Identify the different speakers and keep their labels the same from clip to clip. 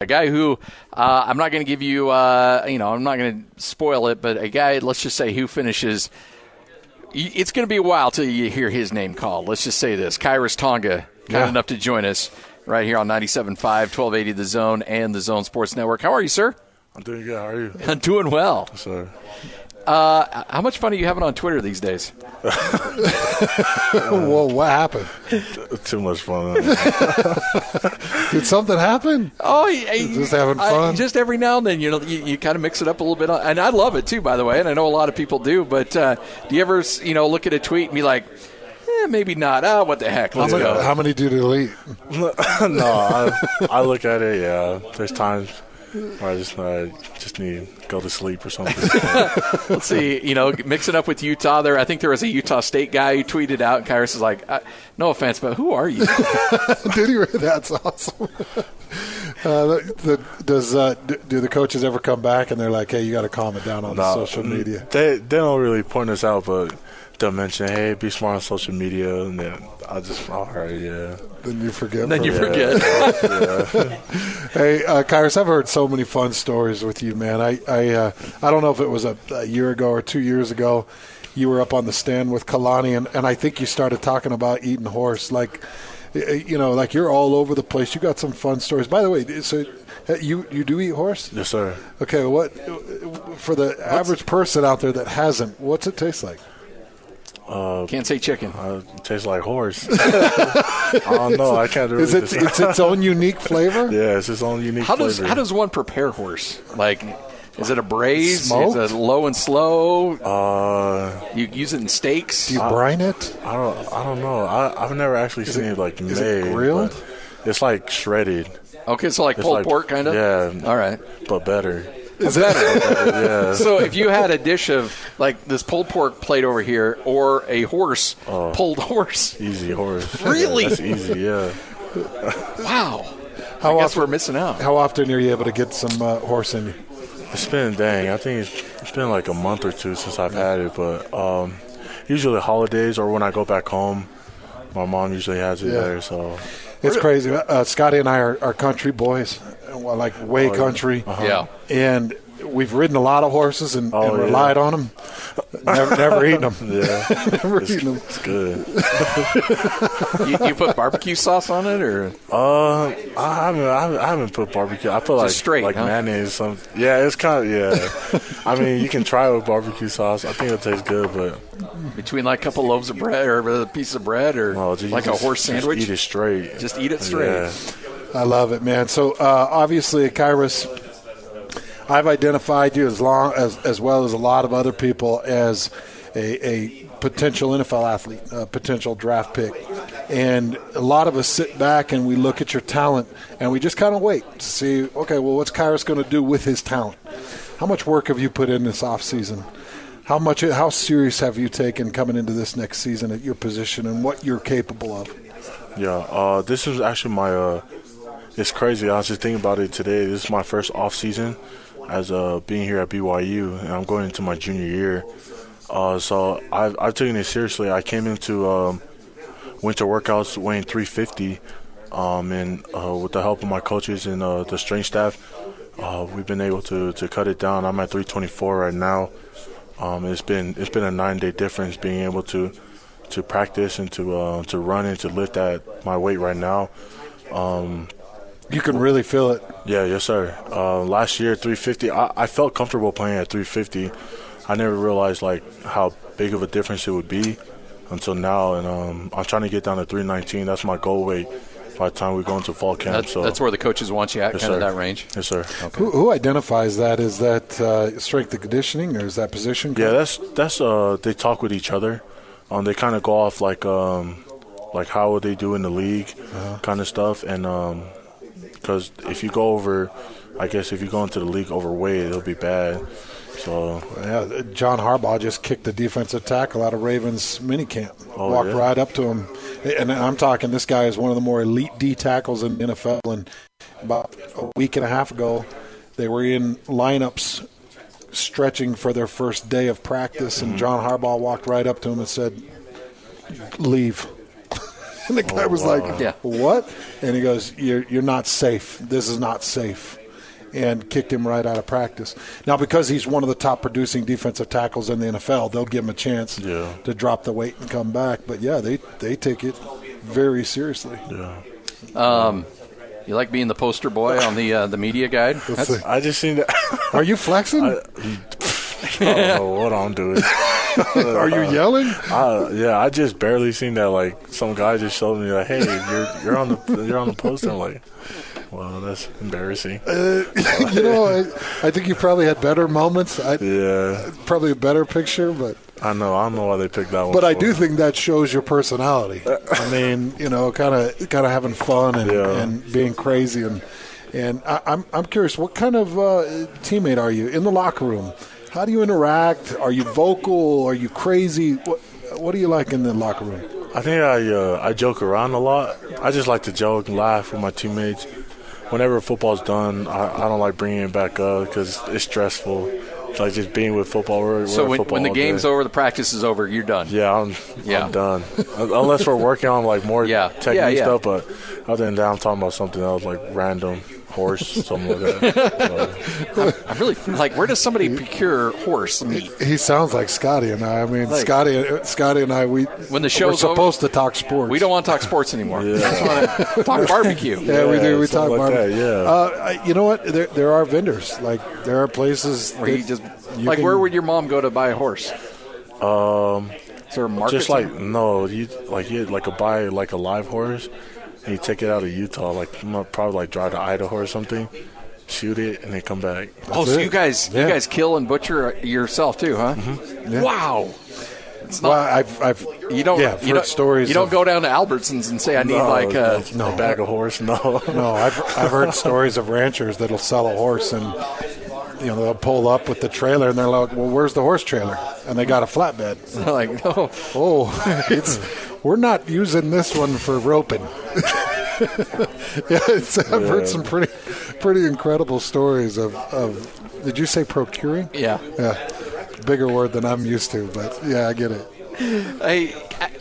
Speaker 1: a guy who uh, I'm not going to give you, uh, you know, I'm not going to spoil it, but a guy, let's just say, who finishes. y- It's going to be a while till you hear his name called. Let's just say this: Kairos Tonga, kind
Speaker 2: Yeah.
Speaker 1: enough to join us right here on 97.5, 1280 The Zone and the Zone Sports Network. How are you, sir?
Speaker 2: I'm doing good. How are you?
Speaker 1: I'm doing well.
Speaker 2: So
Speaker 1: Uh, how much fun are you having on Twitter these days?
Speaker 3: Oh, Whoa, what happened?
Speaker 2: too much fun.
Speaker 3: Did something happen?
Speaker 1: Oh, y- y-
Speaker 3: Just having
Speaker 1: I-
Speaker 3: fun?
Speaker 1: just every now and then, you know, you, you kind of mix it up a little bit, and I love it too, by the way. And I know a lot of people do. But uh, do you ever, you know, look at a tweet and be like, eh, maybe not. Ah, what the heck? Let's
Speaker 3: How many-
Speaker 1: go.
Speaker 3: How many do you delete?
Speaker 2: no, I, I look at it. Yeah, there's times where I just I just need to go to sleep or something.
Speaker 1: Let's see, you know, mix it up with Utah. There, I think there was a Utah State guy who tweeted out, and Kyrus is like, uh, "No offense, but who are you?"
Speaker 3: Did he? really? That's awesome. Uh, the, the, does uh, d- do the coaches ever come back and they're like, "Hey, you got to calm it down on
Speaker 2: No,
Speaker 3: social
Speaker 2: mm,
Speaker 3: media"?
Speaker 2: They they don't really point us out, but they'll mention, "Hey, be smart on social media," and then I just, all right, yeah.
Speaker 3: Then you forget.
Speaker 1: then
Speaker 3: for
Speaker 1: you
Speaker 3: it.
Speaker 1: forget.
Speaker 3: Hey, uh, Kyrus, I've heard so many fun stories with you, man. I I, uh, I don't know if it was a, a year ago or two years ago. You were up on the stand with Kalani, and, and I think you started talking about eating horse. Like, y- y- you know, like you're all over the place. You got some fun stories. By the way, so uh, you you do eat horse?
Speaker 2: Yes, sir.
Speaker 3: Okay, what for the average person out there that hasn't? What's it taste like?
Speaker 1: Can't say chicken.
Speaker 2: Uh, tastes like horse. I don't know. I can't really.
Speaker 3: Is it
Speaker 2: decide.
Speaker 3: it's its own unique flavor?
Speaker 2: yeah, it's its own unique
Speaker 1: How does
Speaker 2: flavor.
Speaker 1: how does one prepare horse? Like, is it a braise?
Speaker 3: Smoked?
Speaker 1: Is it low and slow?
Speaker 2: uh,
Speaker 1: You use it in steaks?
Speaker 3: Do you brine it?
Speaker 2: I don't. I don't know. I, I've never actually seen it, like
Speaker 3: is it
Speaker 2: made.
Speaker 3: grilled?
Speaker 2: but It's like shredded,
Speaker 1: Okay, so like pulled
Speaker 2: like-
Speaker 1: pork, kind of.
Speaker 2: yeah.
Speaker 1: All right.
Speaker 2: but better.
Speaker 1: Is better.
Speaker 2: Yeah.
Speaker 1: so if you had a dish of like this pulled pork plate over here, or a horse pulled horse,
Speaker 2: Easy horse.
Speaker 1: Really?
Speaker 2: Yeah, that's easy. Yeah.
Speaker 1: wow.
Speaker 3: How
Speaker 1: I guess
Speaker 3: often?
Speaker 1: we're missing out.
Speaker 3: How often are you able to get some uh, horse in you?
Speaker 2: It's been dang. I think it's, it's been like a month or two since I've had it, but um, usually holidays or when I go back home, my mom usually has it
Speaker 3: Yeah.
Speaker 2: there. So
Speaker 3: It's crazy. Uh, Scotty and I are, are country boys, well, like way country.
Speaker 1: Yeah.
Speaker 3: And we've ridden a lot of horses and,
Speaker 2: Oh,
Speaker 3: and
Speaker 2: yeah.
Speaker 3: relied on them. Never, never eaten them.
Speaker 2: yeah,
Speaker 3: Never
Speaker 2: it's,
Speaker 3: eaten them.
Speaker 2: it's good.
Speaker 1: You, you put barbecue sauce on it, or
Speaker 2: Uh, I haven't, I haven't, I haven't put barbecue. I put like
Speaker 1: straight,
Speaker 2: like
Speaker 1: huh?
Speaker 2: mayonnaise. Some yeah, it's kind of yeah. I mean, you can try it with barbecue sauce. I think it tastes good, but
Speaker 1: between like a couple loaves of bread or a piece of bread, or
Speaker 2: no, just,
Speaker 1: like a
Speaker 2: just-
Speaker 1: horse
Speaker 2: just
Speaker 1: sandwich.
Speaker 2: eat it straight.
Speaker 1: Just eat it straight.
Speaker 2: Yeah.
Speaker 3: I love it, man. So uh, obviously, Kairos, I've identified you as long as as well as a lot of other people as a, a potential NFL athlete, a potential draft pick, and a lot of us sit back and we look at your talent and we just kind of wait to see, okay, well, what's Kairos going to do with his talent? How much work have you put in this offseason? How much? How serious have you taken coming into this next season at your position and what you're capable of?
Speaker 2: Yeah, uh, this is actually my. Uh, it's crazy. I was just thinking about it today. This is my first off season as uh, being here at BYU, and I'm going into my junior year. Uh, so I've, I've taken it seriously. I came into um, winter workouts weighing 350, um, and uh, with the help of my coaches and uh, the strength staff, uh, we've been able to, to cut it down. I'm at 324 right now. Um, it's been it's been a nine day difference being able to to practice and to uh, to run and to lift at my weight right now.
Speaker 3: You can really feel it.
Speaker 2: Yeah, yes, sir. Uh, last year, 350. I, I felt comfortable playing at 350. I never realized like how big of a difference it would be until now, and um, I'm trying to get down to 319. That's my goal weight by the time we go into fall camp.
Speaker 1: That's,
Speaker 2: so
Speaker 1: that's where the coaches want you at,
Speaker 2: yes,
Speaker 1: kind of
Speaker 2: sir.
Speaker 1: that range.
Speaker 2: Yes, sir.
Speaker 3: Who, who identifies that? Is that uh, strength and conditioning, or is that position?
Speaker 2: Yeah, that's that's uh they talk with each other. Um they kinda go off like um like how would they do in the league
Speaker 3: Uh-huh.
Speaker 2: kind of stuff and um because if you go over I guess if you go into the league overweight it'll be bad. So
Speaker 3: Yeah, uh, John Harbaugh just kicked the defensive tackle out of Ravens minicamp.
Speaker 2: Oh,
Speaker 3: Walked
Speaker 2: yeah.
Speaker 3: right up to him, and I'm talking. This guy is one of the more elite D tackles in the NFL. And about a week and a half ago, they were in lineups stretching for their first day of practice, and John Harbaugh walked right up to him and said, "Leave." and the guy
Speaker 2: Oh,
Speaker 3: was
Speaker 2: wow.
Speaker 3: like,
Speaker 1: Yeah.
Speaker 3: "What?" And he goes, "You're you're not safe. This is not safe." And kicked him right out of practice. Now, because he's one of the top producing defensive tackles in the NFL, they'll give him a chance
Speaker 2: Yeah.
Speaker 3: to drop the weight and come back. But yeah, they, they take it very seriously.
Speaker 2: Yeah.
Speaker 1: You like being the poster boy on the uh, the media guide? That's-
Speaker 3: see.
Speaker 2: I just seen that.
Speaker 3: Are you flexing?
Speaker 2: I don't know what I'm doing.
Speaker 3: Are
Speaker 2: uh,
Speaker 3: you yelling?
Speaker 2: I, yeah, I just barely seen that. Like some guy just showed me, like, "Hey, you're you're on the you're on the poster." I'm like, "Wow, that's embarrassing."
Speaker 3: you know, I, I think you probably had better moments. I,
Speaker 2: Yeah,
Speaker 3: Probably a better picture, but
Speaker 2: I know. I don't know why they picked that one.
Speaker 3: but I
Speaker 2: for.
Speaker 3: do think that shows your personality. I mean, you know, kind of kind of having fun and,
Speaker 2: Yeah.
Speaker 3: and being crazy and and I, I'm I'm curious, what kind of uh, teammate are you in the locker room? How do you interact? Are you vocal? Are you crazy? What what do you like in the locker room?
Speaker 2: I think I uh, I joke around a lot. I just like to joke and laugh with my teammates. Whenever football's done, I, I don't like bringing it back up because it's stressful. It's like just being with football. We're,
Speaker 1: so
Speaker 2: we're in
Speaker 1: when,
Speaker 2: football
Speaker 1: when the
Speaker 2: all
Speaker 1: game's
Speaker 2: day.
Speaker 1: over, the practice is over, you're done.
Speaker 2: yeah, I'm
Speaker 1: Yeah.
Speaker 2: I'm done. Unless we're working on like more
Speaker 1: Yeah.
Speaker 2: technique
Speaker 1: Yeah, yeah.
Speaker 2: stuff, but other than that, I'm talking about something else like random horse, something like that. So,
Speaker 1: I really like. Where does somebody procure horse meat?
Speaker 3: He sounds like Scotty and I. I mean, Scotty, Scotty and I. We when
Speaker 1: the show's
Speaker 3: we're
Speaker 1: over-
Speaker 3: supposed to talk sports.
Speaker 1: We don't want to talk sports anymore. We just want to talk barbecue.
Speaker 3: Yeah, we do. We talk
Speaker 2: something like
Speaker 3: barbecue.
Speaker 2: that, yeah.
Speaker 3: Uh, I- you know what? There, there are vendors. Like there are places
Speaker 1: Where you
Speaker 3: that
Speaker 1: just
Speaker 3: you
Speaker 1: like
Speaker 3: can-
Speaker 1: where would your mom go to buy a horse? Um, is there a market?
Speaker 2: just like no, you like you like a buy like a live horse, and you take it out of Utah, like m- probably like drive to Idaho or something, shoot it, and then come back.
Speaker 1: oh, so
Speaker 3: it.
Speaker 1: you guys,
Speaker 3: Yeah.
Speaker 1: you guys kill and butcher yourself too, huh? Wow. It's not.
Speaker 3: Well, I've, I've
Speaker 1: you don't.
Speaker 3: Yeah,
Speaker 1: you
Speaker 3: heard
Speaker 1: don't,
Speaker 3: stories.
Speaker 1: You don't
Speaker 3: of-
Speaker 1: go down to Albertsons and say, "I need like uh, a."
Speaker 2: no, a bag of horse. No,
Speaker 3: No, I've I've heard stories of ranchers that'll sell a horse and you know they'll pull up with the trailer and they're like, well, where's the horse trailer? And they got a flatbed.
Speaker 1: Like no.
Speaker 3: Oh, it's we're not using this one for roping. yeah, it's, I've heard some pretty pretty incredible stories of of. Did you say procuring?
Speaker 1: Yeah.
Speaker 3: Yeah, bigger word than I'm used to, but yeah, I get it.
Speaker 1: Hey,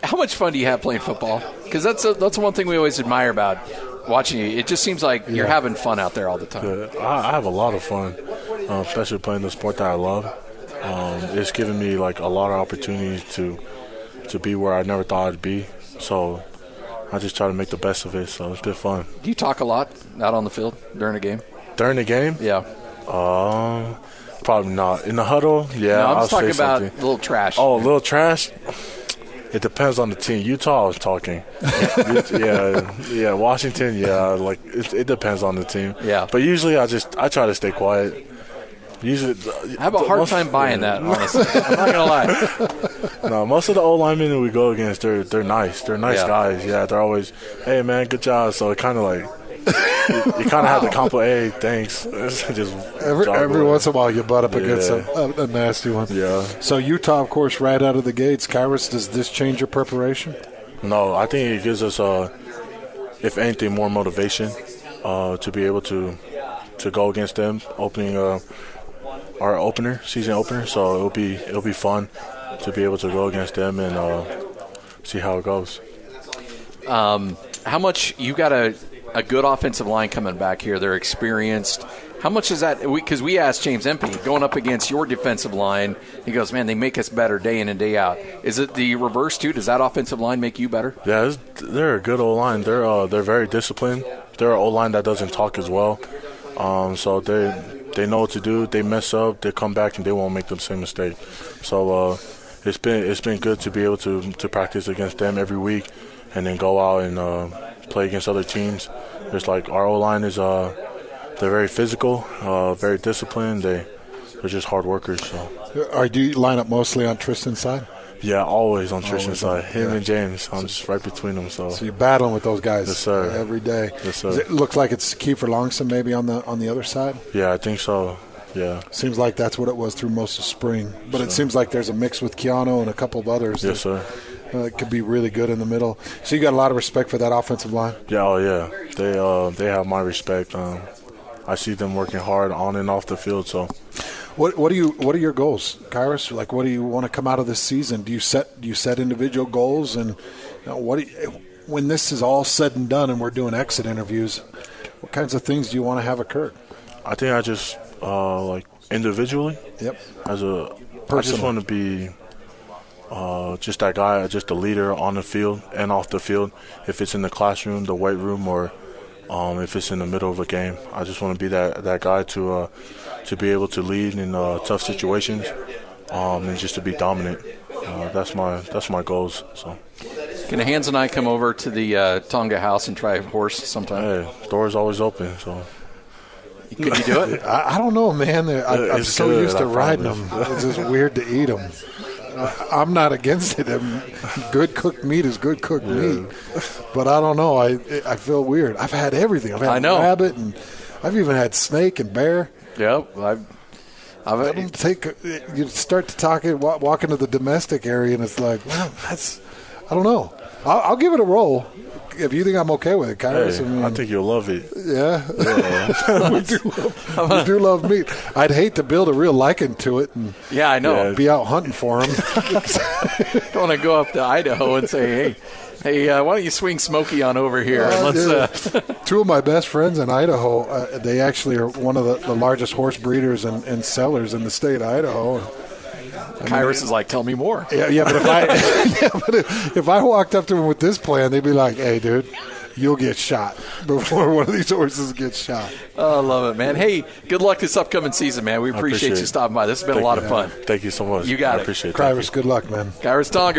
Speaker 1: how much fun do you have playing football? Because that's a, that's one thing we always admire about watching you. It just seems like you're
Speaker 3: Yeah.
Speaker 1: having fun out there all the time.
Speaker 2: I, I have a lot of fun, uh, especially playing the sport that I love. Um, it's given me like a lot of opportunities to to be where I never thought I'd be. So I just try to make the best of it. So it's been fun
Speaker 1: Do you talk a lot out on the field during a game?
Speaker 2: during the game.
Speaker 1: Yeah.
Speaker 2: Um, probably not in the huddle. Yeah,
Speaker 1: no, I'm
Speaker 2: I'll
Speaker 1: just talking
Speaker 2: say
Speaker 1: about
Speaker 2: something.
Speaker 1: a little trash.
Speaker 2: Oh, a little trash. It depends on the team. Utah, I was talking. yeah, yeah. Washington, yeah. Like it, it depends on the team.
Speaker 1: Yeah.
Speaker 2: But usually, I just I try to stay quiet. Usually, uh,
Speaker 1: I have a hard
Speaker 2: most-
Speaker 1: time buying that. Honestly, I'm not gonna lie.
Speaker 2: No, most of the old linemen that we go against, they're they're nice. They're nice
Speaker 1: Yeah.
Speaker 2: guys. Yeah, they're always, hey man, good job. So it kind of like. you kind of have to compliment. Hey, thanks. Just
Speaker 3: Every,
Speaker 2: jog
Speaker 3: every
Speaker 2: away.
Speaker 3: once in a while, you butt up against
Speaker 2: Yeah.
Speaker 3: a, a, a nasty one.
Speaker 2: Yeah.
Speaker 3: So Utah, of course, right out of the gates. Kairos, does this change your preparation?
Speaker 2: No, I think it gives us, uh, if anything, more motivation uh, to be able to to go against them, opening uh, our opener, season opener. So it'll be it'll be fun to be able to go against them and uh, see how it goes.
Speaker 1: How much you got a a good offensive line coming back here? They're experienced. How much is that? Because we, asked James Empey going up against your defensive line. He goes, "Man, they make us better day in and day out." Is it the reverse too? Does that offensive line make you better?
Speaker 2: Yeah, it's, they're a good old line. They're uh, they're very disciplined. They're an old line that doesn't talk as well. Um, so they they know what to do. They mess up, they come back, and they won't make the same mistake. So uh, it's been it's been good to be able to to practice against them every week, and then go out and uh, play against other teams. It's like our O line is uh they're very physical, uh, very disciplined. They they're just hard workers. So.
Speaker 3: Or Uh, do you line up mostly on Tristan's side?
Speaker 2: Yeah, always on Tristan's side. Him and James, I'm just right between them. So
Speaker 3: So you're battling with those guys
Speaker 2: Yes, sir.
Speaker 3: every day.
Speaker 2: Yes, sir.
Speaker 3: Does It looks like it's Kiefer Longson maybe on the on the other side.
Speaker 2: yeah, I think so. Yeah.
Speaker 3: Seems like that's what it was through most of spring. But it seems like there's a mix with Keanu and a couple of others
Speaker 2: Yes, sir.
Speaker 3: that uh, could be really good in the middle. So you got a lot of respect for that offensive line.
Speaker 2: Yeah, oh yeah. They uh they have my respect. Um, I see them working hard on and off the field. So
Speaker 3: What what do you what are your goals, Kairos? Like what do you want to come out of this season? Do you set do you set individual goals and you know, what do you, when this is all said and done and we're doing exit interviews, what kinds of things do you want to have occur?
Speaker 2: I think I just uh, like individually
Speaker 3: Yep.
Speaker 2: as a I just
Speaker 3: Personal.
Speaker 2: want to be uh, just that guy, just a leader on the field and off the field. If it's in the classroom, the weight room, or um, if it's in the middle of a game, I just want to be that that guy to uh, to be able to lead in uh, tough situations um, and just to be dominant. Uh, that's my that's my goals. So
Speaker 1: Can Hans and I come over to the uh, Tonga house and try a horse sometime?
Speaker 2: hey, door's always open. So
Speaker 1: Could you do it?
Speaker 3: I, I don't know, man. They're- I, I'm
Speaker 2: It's
Speaker 3: so
Speaker 2: good,
Speaker 3: used
Speaker 2: I
Speaker 3: to riding them.
Speaker 2: promise.
Speaker 3: It's just weird to eat them. I'm not against it. Um, good cooked meat is good cooked meat, but I don't know. I I feel weird. I've had everything. I've had
Speaker 1: I know.
Speaker 3: rabbit, and I've even had snake and bear.
Speaker 1: yep. I've,
Speaker 3: I don't
Speaker 1: I've,
Speaker 3: take. You start to talk it, walk, walk into the domestic area, and it's like, wow, that's. I don't know. I'll, I'll give it a roll. If you think I'm okay with it,
Speaker 2: hey,
Speaker 3: Kyrus, I mean,
Speaker 2: I think you'll love it.
Speaker 3: yeah, we, do love, we do love meat. I'd hate to build a real liking to it and
Speaker 1: yeah, I know.
Speaker 3: be out hunting for them.
Speaker 1: I want to go up to Idaho and say, hey, hey, uh, why don't you swing Smokey on over here? and let's, uh,
Speaker 3: Two of my best friends in Idaho, uh, they actually are one of the, the largest horse breeders and, and sellers in the state of Idaho.
Speaker 1: Kyrus is like, tell me more.
Speaker 3: Yeah, yeah, but if I yeah, but if, if I walked up to them with this plan, they'd be like, "Hey, dude, you'll get shot before one of these horses gets shot."
Speaker 1: Oh, I love it, man. Hey, good luck this upcoming season, man. We appreciate,
Speaker 2: appreciate
Speaker 1: you
Speaker 2: it.
Speaker 1: stopping by. This has been
Speaker 2: Thank
Speaker 1: a lot
Speaker 2: you.
Speaker 1: of fun.
Speaker 2: Thank you so much.
Speaker 1: You got
Speaker 2: I
Speaker 1: it.
Speaker 2: appreciate it. Thank you.
Speaker 3: Krivers, good luck, man.
Speaker 1: Kyrus Tonga.